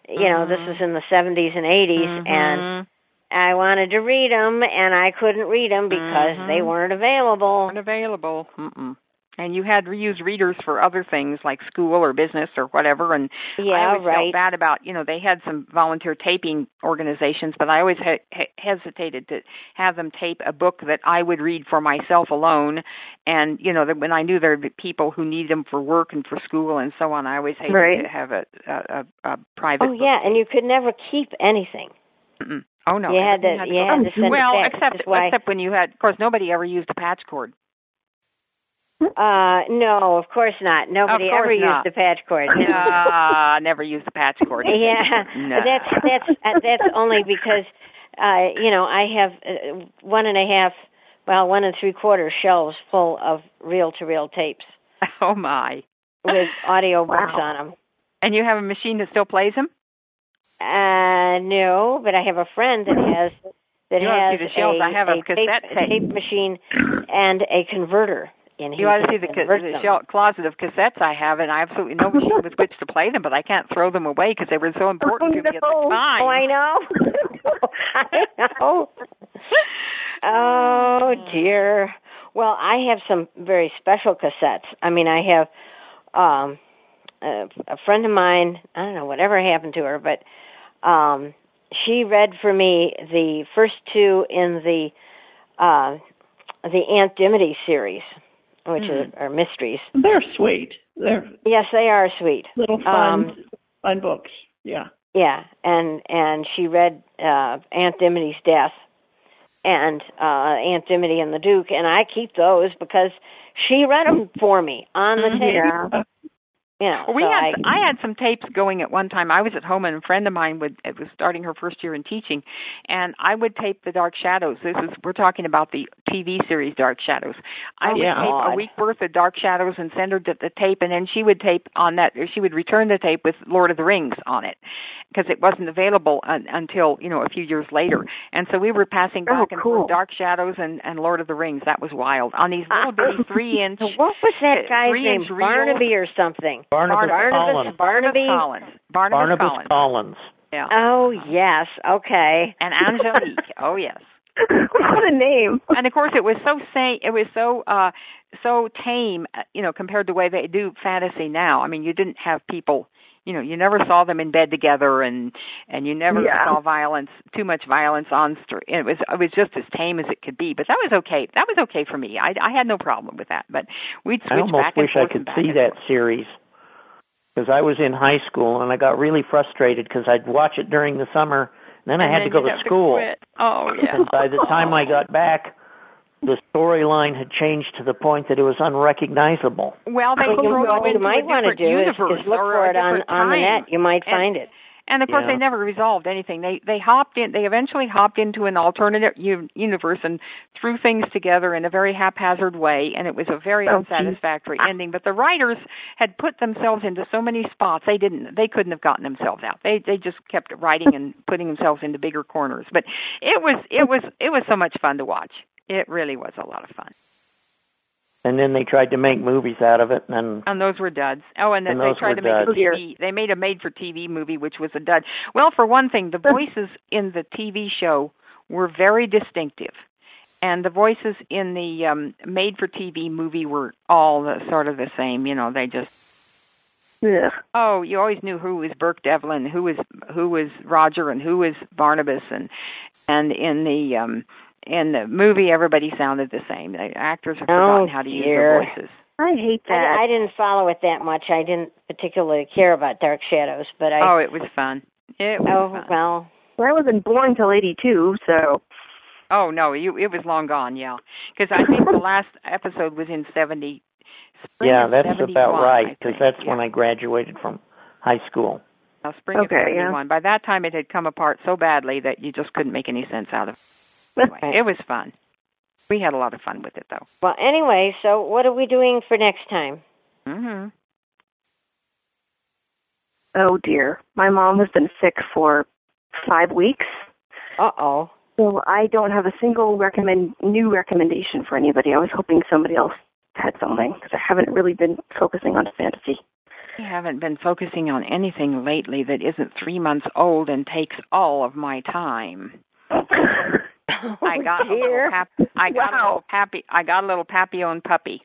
Speaker 3: You know, this
Speaker 2: Mhm.
Speaker 3: was in the 70s and 80s, and
Speaker 2: Mhm.
Speaker 3: I wanted to read them, and I couldn't read them because
Speaker 2: Mhm.
Speaker 3: they weren't available.
Speaker 2: Weren't available. Mm-mm. And you had to use readers for other things like school or business or whatever. And I
Speaker 3: Yeah,
Speaker 2: always
Speaker 3: right.
Speaker 2: felt bad about you know they had some volunteer taping organizations, but I always he- he- hesitated to have them tape a book that I would read for myself alone. And you know that when I knew there'd be people who need them for work and for school and so on, I always hated
Speaker 1: Right.
Speaker 2: to have a a, a, a private.
Speaker 3: Oh yeah, and you could never keep anything.
Speaker 2: Mm-mm. Oh no,
Speaker 3: you had
Speaker 2: everything
Speaker 3: to, you had to
Speaker 1: Oh,
Speaker 3: send it
Speaker 2: well,
Speaker 3: back.
Speaker 2: except
Speaker 3: That's why,
Speaker 2: except when you had, of course, nobody ever used a patch cord.
Speaker 3: uh, no, of course not. Nobody
Speaker 2: Of course
Speaker 3: ever
Speaker 2: not.
Speaker 3: used the patch cord.
Speaker 2: No, I never used a patch cord.
Speaker 3: yeah,
Speaker 2: No.
Speaker 3: that's that's uh, that's only because uh, you know I have uh, one and a half, well, one and three quarter shelves full of reel-to-reel tapes
Speaker 2: Oh my!
Speaker 3: with audio books
Speaker 1: Wow.
Speaker 3: on them.
Speaker 2: And you have a machine that still plays them.
Speaker 3: Uh, no, but I have a friend that has that
Speaker 2: You ought to
Speaker 3: has
Speaker 2: see the shelves.
Speaker 3: a,
Speaker 2: I have a
Speaker 3: tape,
Speaker 2: cassette tape.
Speaker 3: tape machine and a converter. And he
Speaker 2: You ought to
Speaker 3: can
Speaker 2: see the, ca-
Speaker 3: convert
Speaker 2: the
Speaker 3: them.
Speaker 2: shell- closet of cassettes I have, and I absolutely no machine with which to play them, but I can't throw them away because they were so important to me at the
Speaker 1: no.
Speaker 2: time.
Speaker 3: Oh, I know. I know. Oh dear. Well, I have some very special cassettes. I mean, I have um a, a friend of mine, I don't know whatever happened to her, but um she read for me the first two in the uh the Aunt Dimity series, which
Speaker 2: Hmm.
Speaker 3: are, are mysteries.
Speaker 5: They're sweet. They're
Speaker 3: Yes, they are sweet.
Speaker 5: little fun, fun books. Yeah.
Speaker 3: Yeah, and and she read uh Aunt Dimity's Death and uh Aunt Dimity and the Duke, and I keep those because she read them for me on the
Speaker 2: Mhm.
Speaker 3: tape.
Speaker 1: Yeah.
Speaker 5: Uh,
Speaker 3: You know,
Speaker 2: Well, we
Speaker 3: so
Speaker 2: had
Speaker 3: I,
Speaker 2: I had some tapes going at one time. I was at home and a friend of mine would it was starting her first year in teaching, and I would tape the Dark Shadows. This is we're talking about the TV series Dark Shadows. I
Speaker 3: Oh,
Speaker 2: would
Speaker 5: yeah.
Speaker 2: tape a
Speaker 3: God.
Speaker 2: week worth of Dark Shadows and send her the, the tape, and then she would tape on that. Or she would return the tape with Lord of the Rings on it because it wasn't available un, until you know a few years later. And so we were passing
Speaker 1: Oh,
Speaker 2: back and
Speaker 1: cool.
Speaker 2: forth Dark Shadows and and Lord of the Rings. That was wild on these little bitty three inch.
Speaker 3: what was that
Speaker 2: the
Speaker 3: guy's name?
Speaker 2: three-inch reel-
Speaker 3: Barnaby or something?
Speaker 4: Barnabas,
Speaker 3: Barnabas
Speaker 4: Collins.
Speaker 3: Barnaby.
Speaker 2: Collins. Barnabas,
Speaker 4: Barnabas
Speaker 2: Collins.
Speaker 4: Collins.
Speaker 2: Yeah.
Speaker 3: Oh yes, okay.
Speaker 2: and Angelique. oh yes.
Speaker 1: what a name.
Speaker 2: And of course, it was so sane. It was so uh so tame, uh, you know, compared to the way they do fantasy now. I mean, you didn't have people. You know, you never saw them in bed together, and and you never
Speaker 1: Yeah.
Speaker 2: saw violence, too much violence on street. It was it was just as tame as it could be, but that was okay. That was okay for me. I I had no problem with that. But we'd
Speaker 4: I
Speaker 2: switch back
Speaker 4: almost
Speaker 2: and
Speaker 4: wish I
Speaker 2: forth
Speaker 4: could
Speaker 2: and back
Speaker 4: see
Speaker 2: and
Speaker 4: that
Speaker 2: forth.
Speaker 4: series because I was in high school and I got really frustrated because I'd watch it during the summer. And then I
Speaker 2: And
Speaker 4: had to
Speaker 2: then
Speaker 4: go
Speaker 2: you'd
Speaker 4: to
Speaker 2: have
Speaker 4: school.
Speaker 2: quit. Oh yeah.
Speaker 4: And by the time I got back, the storyline had changed to the point that it was unrecognizable.
Speaker 2: well, they
Speaker 3: Well, you
Speaker 2: throw
Speaker 3: know
Speaker 2: them
Speaker 3: what
Speaker 2: into
Speaker 3: you might
Speaker 2: a
Speaker 3: want to
Speaker 2: different
Speaker 3: do is,
Speaker 2: universe
Speaker 3: is look
Speaker 2: or
Speaker 3: for
Speaker 2: a
Speaker 3: it on
Speaker 2: different
Speaker 3: on the
Speaker 2: time.
Speaker 3: net. You might
Speaker 2: And-
Speaker 3: find it.
Speaker 2: And of course,
Speaker 4: Yeah.
Speaker 2: they never resolved anything. They they hopped in. They eventually hopped into an alternate u- universe and threw things together in a very haphazard way, and it was a very
Speaker 1: Oh, geez.
Speaker 2: unsatisfactory ending. But the writers had put themselves into so many spots they didn't they couldn't have gotten themselves out. They they just kept writing and putting themselves into bigger corners. But it was it was it was so much fun to watch. It really was a lot of fun.
Speaker 4: And then they tried to make movies out of it. And
Speaker 2: And those were duds. Oh, and, then
Speaker 4: And
Speaker 2: they
Speaker 4: those
Speaker 2: tried
Speaker 4: were
Speaker 2: to make
Speaker 4: duds.
Speaker 2: a TV. They made a made-for-TV movie, which was a dud. Well, for one thing, the voices in the TV show were very distinctive, and the voices in the um made-for-TV movie were all the, sort of the same. You know, they just
Speaker 1: Yeah.
Speaker 2: oh, you always knew who was Burke Devlin, who was who was Roger, and who was Barnabas, and and in the um in the movie, everybody sounded the same. The actors have
Speaker 3: Oh,
Speaker 2: forgotten how to use their
Speaker 3: dear.
Speaker 2: voices.
Speaker 1: I hate that.
Speaker 3: I, I didn't follow it that much. I didn't particularly care about Dark Shadows, but I
Speaker 2: Oh, it was fun. It was
Speaker 3: oh
Speaker 2: fun.
Speaker 3: well.
Speaker 1: Well, I wasn't born till '82, so
Speaker 2: Oh no, you it was long gone, yeah. Because I think the last episode was in seventy. Spring
Speaker 4: yeah,
Speaker 2: of
Speaker 4: that's
Speaker 2: 71,
Speaker 4: about right
Speaker 2: because
Speaker 4: because that's when I graduated from high school.
Speaker 2: Now, spring of
Speaker 1: Okay, yeah.
Speaker 2: seventy-one. By that time, it had come apart so badly that you just couldn't make any sense out of it. Anyway,
Speaker 3: Right.
Speaker 2: it was fun. We had a lot of fun with it, though.
Speaker 3: Well, anyway, so what are we doing for next time?
Speaker 2: hmm
Speaker 1: Mm-hmm. oh dear. My mom has been sick for five weeks,
Speaker 3: Uh oh.
Speaker 1: so I don't have a single recommend new recommendation for anybody. I was hoping somebody else had something because I haven't really been focusing on fantasy.
Speaker 2: I haven't been focusing on anything lately that isn't three months old and takes all of my time. I got a little happy. I got a little happy. I got a little papillon puppy,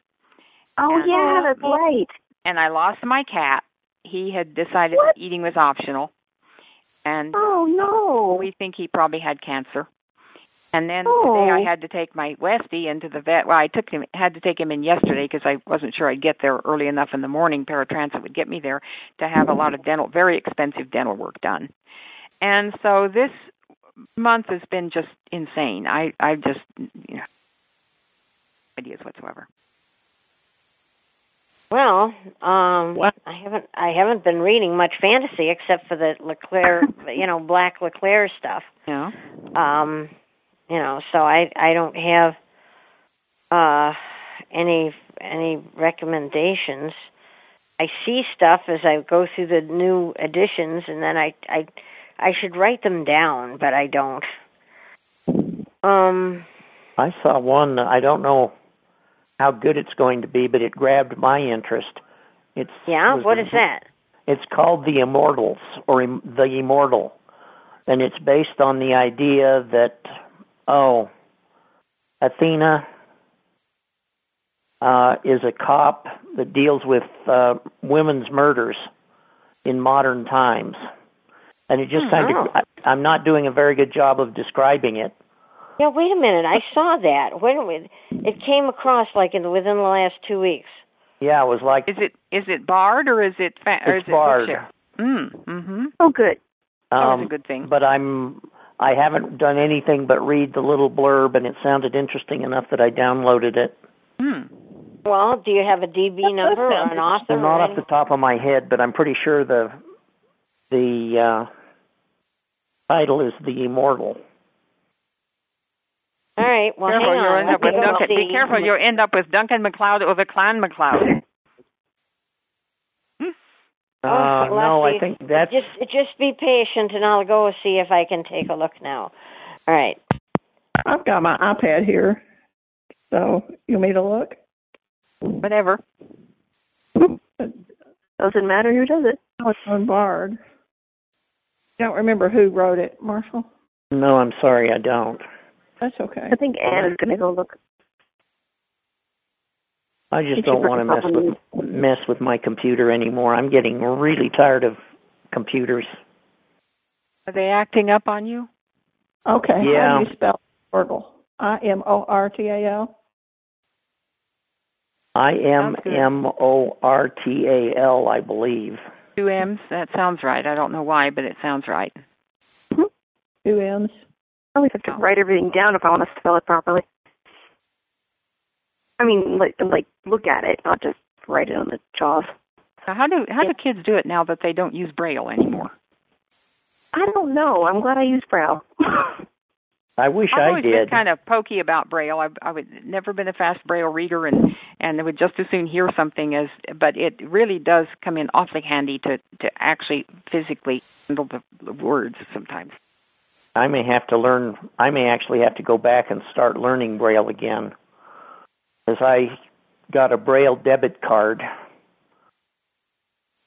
Speaker 1: Oh yeah, that's right.
Speaker 2: and I lost my cat. He had decided
Speaker 1: What?
Speaker 2: that eating was optional, and
Speaker 1: Oh no.
Speaker 2: we think he probably had cancer. And then
Speaker 1: Oh.
Speaker 2: today I had to take my Westie into the vet. Well, I took him had to take him in yesterday because I wasn't sure I'd get there early enough in the morning. Paratransit would get me there to have a lot of dental, very expensive dental work done. And so this month has been just insane. I I just you know ideas whatsoever.
Speaker 3: Well, um
Speaker 5: What?
Speaker 3: I haven't I haven't been reading much fantasy except for the Leclaire, you know, Black Leclaire stuff.
Speaker 2: Yeah.
Speaker 3: Um, you know, so I I don't have uh any any recommendations. I see stuff as I go through the new editions and then I I I should write them down, but I don't. Um
Speaker 4: I saw one. I don't know how good it's going to be, but it grabbed my interest. It's
Speaker 3: yeah,
Speaker 4: was-
Speaker 3: what is that?
Speaker 4: It's called The Immortals or Im- The Immortal, and it's based on the idea that oh, Athena uh, is a cop that deals with uh, women's murders in modern times, and it just
Speaker 3: Hmm,
Speaker 4: kind
Speaker 2: oh.
Speaker 3: wow.
Speaker 4: of I, I'm not doing a very good job of describing it.
Speaker 3: Yeah, wait a minute. I saw that. When we- it came across like in within the last two weeks.
Speaker 4: Yeah, it was like
Speaker 2: Is it is it barred or is it fa- or
Speaker 4: it's
Speaker 2: is it
Speaker 4: barred.
Speaker 2: bookshare? Mm. Mhm.
Speaker 1: Oh good.
Speaker 2: That was
Speaker 4: Um,
Speaker 2: a good thing.
Speaker 4: But I'm I haven't done anything but read the little blurb, and it sounded interesting enough that I downloaded it.
Speaker 2: Mm.
Speaker 3: Well, do you have a DB number or an author?
Speaker 4: I'm not
Speaker 3: or
Speaker 4: off the top of my head, but I'm pretty sure the the uh, title is The Immortal.
Speaker 3: any- All right. Well,
Speaker 2: careful,
Speaker 3: hang
Speaker 2: you'll
Speaker 3: on.
Speaker 2: end up with
Speaker 3: Let me go
Speaker 2: Duncan. Be
Speaker 3: see.
Speaker 2: careful, you'll end up with Duncan McLeod or the Clan McLeod.
Speaker 3: Oh,
Speaker 4: uh, no, I
Speaker 3: Lexi,
Speaker 4: think that's
Speaker 3: Just, just be patient, and I'll go see if I can take a look now. All right.
Speaker 5: I've got my iPad here. So you want me to look?
Speaker 2: Whatever.
Speaker 1: Doesn't matter who does it.
Speaker 5: Oh, it's on Bard. I don't remember who wrote it, Marshall.
Speaker 4: no. I'm sorry, I don't.
Speaker 5: That's okay.
Speaker 1: I think Anne is gonna go look.
Speaker 4: I
Speaker 1: She
Speaker 4: just don't
Speaker 1: put
Speaker 4: want to
Speaker 1: herself
Speaker 4: mess
Speaker 1: on
Speaker 4: with
Speaker 1: mute.
Speaker 4: mess with my computer anymore. I'm getting really tired of computers.
Speaker 2: Are they acting up on you?
Speaker 5: Okay.
Speaker 4: Yeah.
Speaker 5: How do you spell Orgle? I M O R T A L.
Speaker 4: I M
Speaker 2: Sounds good.
Speaker 4: M O R T A L, I believe.
Speaker 2: Two M's? That sounds right. I don't know why, but it sounds right.
Speaker 5: Two M's.
Speaker 1: I Hmm? always have
Speaker 2: Oh.
Speaker 1: to write everything down if I want to spell it properly. I mean, like, like look at it, not just write it on the jaws.
Speaker 2: So how do how do kids do it now that they don't use braille anymore?
Speaker 1: I don't know. I'm glad I used Braille.
Speaker 4: I wish
Speaker 2: I've
Speaker 4: I
Speaker 2: always been
Speaker 4: did.
Speaker 2: kind of pokey about braille. I I would never been a fast braille reader and and would just as soon hear something as but it really does come in awfully handy to to actually physically handle the, the words sometimes.
Speaker 4: I may have to learn. I may actually have to go back and start learning Braille again, because I got a Braille debit card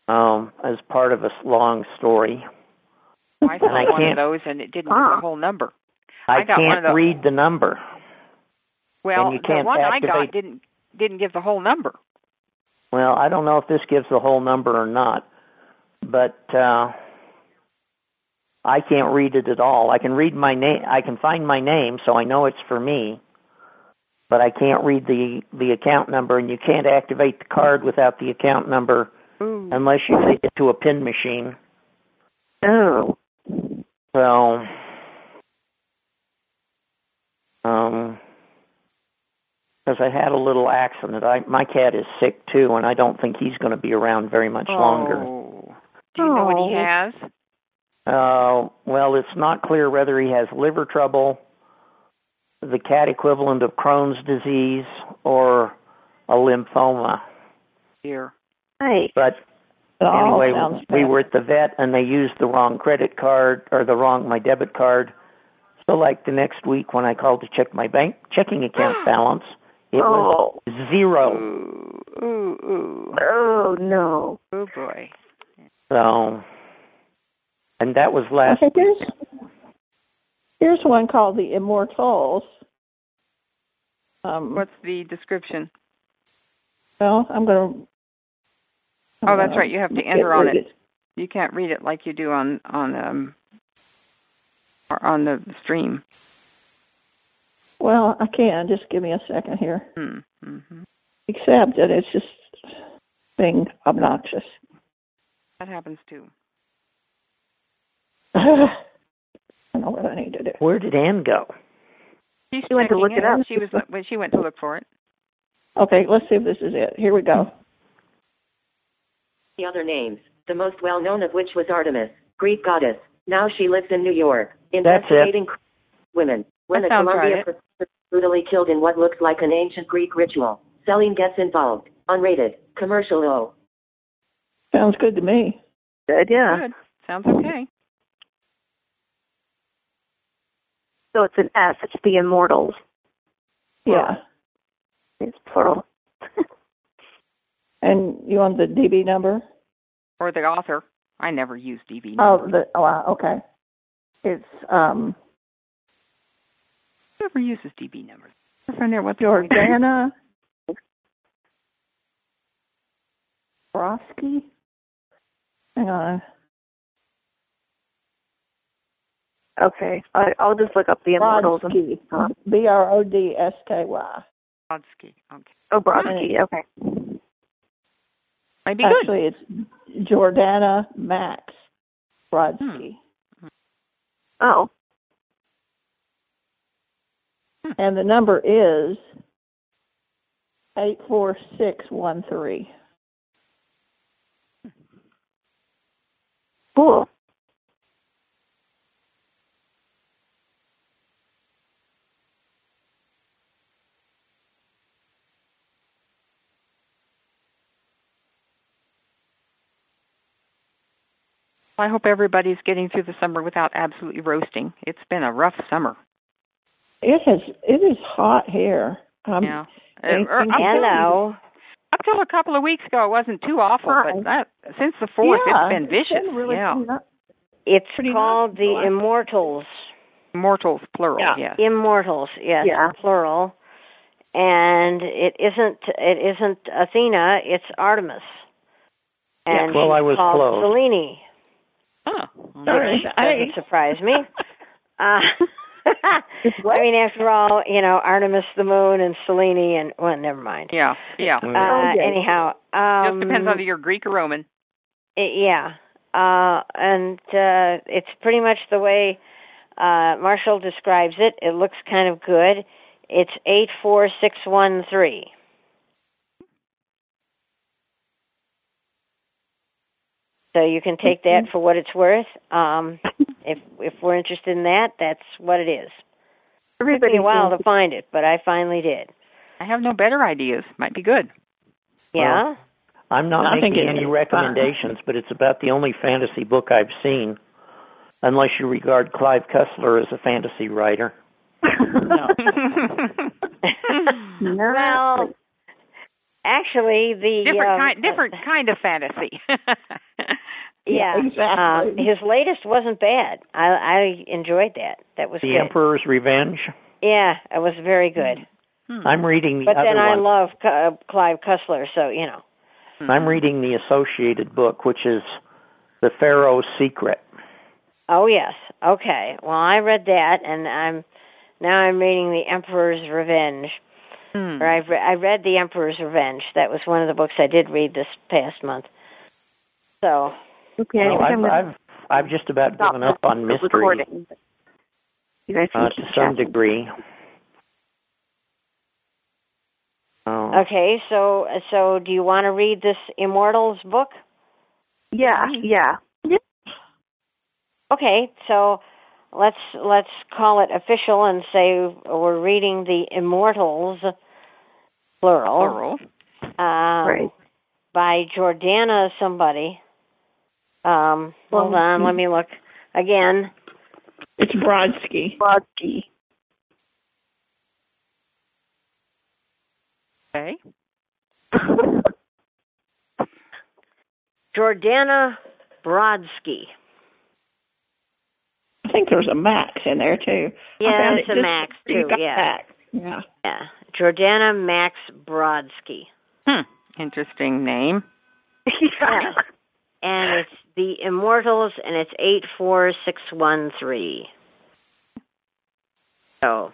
Speaker 4: um, as part of a s- long story.
Speaker 2: I
Speaker 4: And I
Speaker 2: saw one of
Speaker 4: can't-
Speaker 2: those and it didn't
Speaker 1: Ah.
Speaker 2: do the whole number.
Speaker 4: I,
Speaker 2: I got one of
Speaker 4: can't
Speaker 2: those.
Speaker 4: read the number.
Speaker 2: Well,
Speaker 4: And you
Speaker 2: the
Speaker 4: can't
Speaker 2: one I got
Speaker 4: activate-
Speaker 2: didn't didn't give the whole number.
Speaker 4: Well, I don't know if this gives the whole number or not, but uh, I can't read it at all. I can read my name. I can find my name, so I know it's for me. But I can't read the the account number, and you can't activate the card without the account number
Speaker 2: Ooh.
Speaker 4: unless you take it to a pin machine.
Speaker 1: oh,
Speaker 4: So, um, because I had a little accident. I my cat is sick too, and I don't think he's going to be around very much longer.
Speaker 2: Oh. Do you know what he
Speaker 1: Oh.
Speaker 2: has?
Speaker 4: Uh, well, it's not clear whether he has liver trouble, the cat equivalent of Crohn's disease, or a lymphoma.
Speaker 2: Here.
Speaker 1: right.
Speaker 4: But
Speaker 5: It all
Speaker 4: anyway,
Speaker 5: sounds
Speaker 4: we
Speaker 5: bad.
Speaker 4: were at the vet and they used the wrong credit card or the wrong my debit card. So, like the next week when I called to check my bank checking account balance, it was
Speaker 1: Oh,
Speaker 4: zero.
Speaker 2: Ooh, ooh, ooh.
Speaker 1: oh no.
Speaker 2: Oh boy.
Speaker 4: So, and that was last.
Speaker 5: Okay, there's Here's one called The Immortals. Um,
Speaker 2: What's the description?
Speaker 5: well, I'm going to.
Speaker 2: Oh, that's right. You have to enter on it. You can't read it like you do on on um or on the stream.
Speaker 5: Well, I can. Just give me a second here.
Speaker 2: Hmm. hmm
Speaker 5: Except that it's just being obnoxious.
Speaker 2: That happens too.
Speaker 5: I don't know what I need to do.
Speaker 4: Where did Anne go?
Speaker 2: She's
Speaker 1: She went to
Speaker 2: checking
Speaker 1: look it up.
Speaker 2: She was when she went to look for it.
Speaker 5: Okay, let's see if this is it. Here we go.
Speaker 6: The other names, the most well known of which was Artemis, Greek goddess. Now she lives in New York,
Speaker 4: That's it.
Speaker 6: investigating cr- women. When
Speaker 2: That
Speaker 6: a
Speaker 2: sounds
Speaker 6: Columbia
Speaker 2: right.
Speaker 6: professor is brutally killed in what looks like an ancient Greek ritual, Selene gets involved. Unrated, commercial O.
Speaker 5: Sounds good to me.
Speaker 1: Good, yeah.
Speaker 2: Good. Sounds okay.
Speaker 1: So it's an S. It's the Immortals.
Speaker 5: Yeah.
Speaker 1: It's plural.
Speaker 5: And you want the DB number?
Speaker 2: Or the author. I never use DV.
Speaker 5: Oh,
Speaker 2: numbers.
Speaker 5: the oh, uh, okay. It's um
Speaker 2: Who ever uses DB numbers? I find out what the-
Speaker 5: Jordana Broski. Hang on.
Speaker 1: Okay. I, I'll just look up the Immortals. and-
Speaker 5: Brodsky.
Speaker 1: Huh?
Speaker 5: B R O D S K Y.
Speaker 2: Brodsky. Okay.
Speaker 1: Oh, Brodsky. Okay.
Speaker 2: Might be good.
Speaker 5: Actually, it's Jordana Max Brodsky.
Speaker 1: Oh,
Speaker 2: Hmm.
Speaker 5: And the number is 84613.
Speaker 1: cool.
Speaker 2: I hope everybody's getting through the summer without absolutely roasting. It's been a rough summer.
Speaker 5: It has it is hot here. Um,
Speaker 2: yeah. Uh,
Speaker 5: thank
Speaker 2: or-
Speaker 5: you.
Speaker 2: I'm telling you,
Speaker 3: Hello.
Speaker 2: up till a couple of weeks ago, it wasn't too awful, but that since the fourth,
Speaker 5: yeah,
Speaker 2: it's been vicious.
Speaker 5: really
Speaker 2: yeah,
Speaker 5: not-
Speaker 3: It's
Speaker 5: Pretty
Speaker 3: called
Speaker 5: nice.
Speaker 3: The
Speaker 5: Well, I-
Speaker 3: Immortals.
Speaker 2: mortals plural.
Speaker 5: Yeah.
Speaker 2: Yes.
Speaker 3: Immortals, yes,
Speaker 1: Yeah.
Speaker 3: plural. And it isn't it isn't Athena, it's Artemis.
Speaker 5: Yeah.
Speaker 3: And
Speaker 4: Well,
Speaker 3: she's
Speaker 4: I was
Speaker 3: called
Speaker 4: close.
Speaker 3: Selene.
Speaker 4: Oh,
Speaker 2: Huh.
Speaker 5: Sorry.
Speaker 3: Which
Speaker 5: Hey.
Speaker 3: doesn't surprise me. Uh,
Speaker 1: what?
Speaker 3: I mean, after all, you know, Artemis the moon and Selene and well, never mind.
Speaker 2: Yeah. Yeah.
Speaker 3: Uh,
Speaker 4: Mm.
Speaker 1: Okay.
Speaker 3: Anyhow, um,
Speaker 2: Just depends on if you're Greek or Roman.
Speaker 3: Y- Yeah. Uh, and uh, it's pretty much the way uh, Marshall describes it. It looks kind of good. It's 84613. So you can take that for what it's worth. Um, if if we're interested in that, that's what it is. It took
Speaker 1: Everybody
Speaker 3: me a while to
Speaker 1: seems-
Speaker 3: find it, but I finally did.
Speaker 2: I have no better ideas. Might be good.
Speaker 3: Yeah.
Speaker 4: I'm not
Speaker 5: I think
Speaker 4: making
Speaker 5: it
Speaker 4: any
Speaker 5: is.
Speaker 4: recommendations, but it's about the only fantasy book I've seen, unless you regard Clive Cussler as a fantasy writer.
Speaker 3: well, actually, the
Speaker 2: different
Speaker 3: um,
Speaker 2: kind, different kind of fantasy.
Speaker 3: Yeah,
Speaker 5: exactly.
Speaker 3: Um, his latest wasn't bad. I I enjoyed that. That was
Speaker 4: The
Speaker 3: good.
Speaker 4: Emperor's Revenge.
Speaker 3: Yeah, it was very good.
Speaker 2: Hmm.
Speaker 4: I'm reading the
Speaker 3: but
Speaker 4: other
Speaker 3: then I
Speaker 4: one.
Speaker 3: love C- uh, Clive Cussler, so you know.
Speaker 4: I'm
Speaker 1: Mm-hmm.
Speaker 4: reading the associated book, which is The Pharaoh's Secret.
Speaker 3: Oh yes, okay. Well, I read that, and I'm now I'm reading The Emperor's Revenge.
Speaker 2: Hmm.
Speaker 3: Or I've re- I read The Emperor's Revenge. That was one of the books I did read this past month. So
Speaker 1: okay.
Speaker 4: Well,
Speaker 1: I think I'm
Speaker 4: I've,
Speaker 1: gonna
Speaker 4: I've I've just about
Speaker 1: stop
Speaker 4: given up on
Speaker 1: the
Speaker 4: mystery
Speaker 1: recording. You guys can
Speaker 4: uh, to
Speaker 1: keep
Speaker 4: some
Speaker 1: chatting.
Speaker 4: degree. Oh.
Speaker 3: okay, so so do you want to read this Immortals book?
Speaker 1: Yeah, yeah.
Speaker 3: Okay, so let's let's call it official and say we're reading the Immortals, plural,
Speaker 2: Plural.
Speaker 3: um,
Speaker 1: Right.
Speaker 3: by Jordana somebody. Um, hold
Speaker 1: Well,
Speaker 3: on, let me look again.
Speaker 5: It's Brodsky.
Speaker 1: Brodsky.
Speaker 2: Okay.
Speaker 3: Jordana Brodsky.
Speaker 5: I think there's a Max in there too. I
Speaker 3: Yeah,
Speaker 5: found
Speaker 3: there's
Speaker 5: it
Speaker 3: a
Speaker 5: just
Speaker 3: Max,
Speaker 5: after you
Speaker 3: too,
Speaker 5: got
Speaker 3: yeah.
Speaker 5: back. Yeah.
Speaker 3: Yeah. Jordana Max Brodsky.
Speaker 2: Hmm. Interesting name.
Speaker 3: Yeah. And it's the Immortals, and it's eight four six one three. So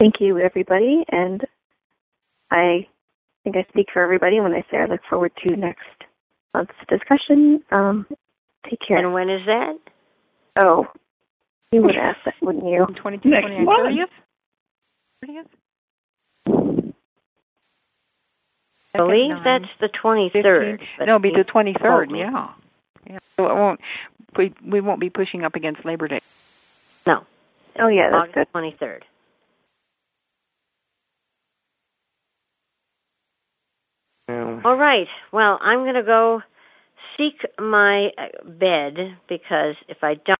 Speaker 1: Thank you, everybody, and I think I speak for everybody when I say I look forward to next month's discussion. Um, take care.
Speaker 3: and when is that?
Speaker 1: oh, you would ask that, wouldn't you?
Speaker 2: 22,
Speaker 5: Next
Speaker 2: 29,
Speaker 5: month.
Speaker 2: 30th? 30th?
Speaker 3: I believe that's the twenty third.
Speaker 2: No, it'll be the 23rd,
Speaker 3: me.
Speaker 2: yeah. yeah. So it won't, we, we won't be pushing up against Labor Day.
Speaker 1: Oh,
Speaker 2: uh,
Speaker 1: yeah, that's good.
Speaker 3: August twenty third.
Speaker 4: Yeah.
Speaker 1: oh,
Speaker 3: All right. Well, I'm going to go seek my uh, bed because if I don't.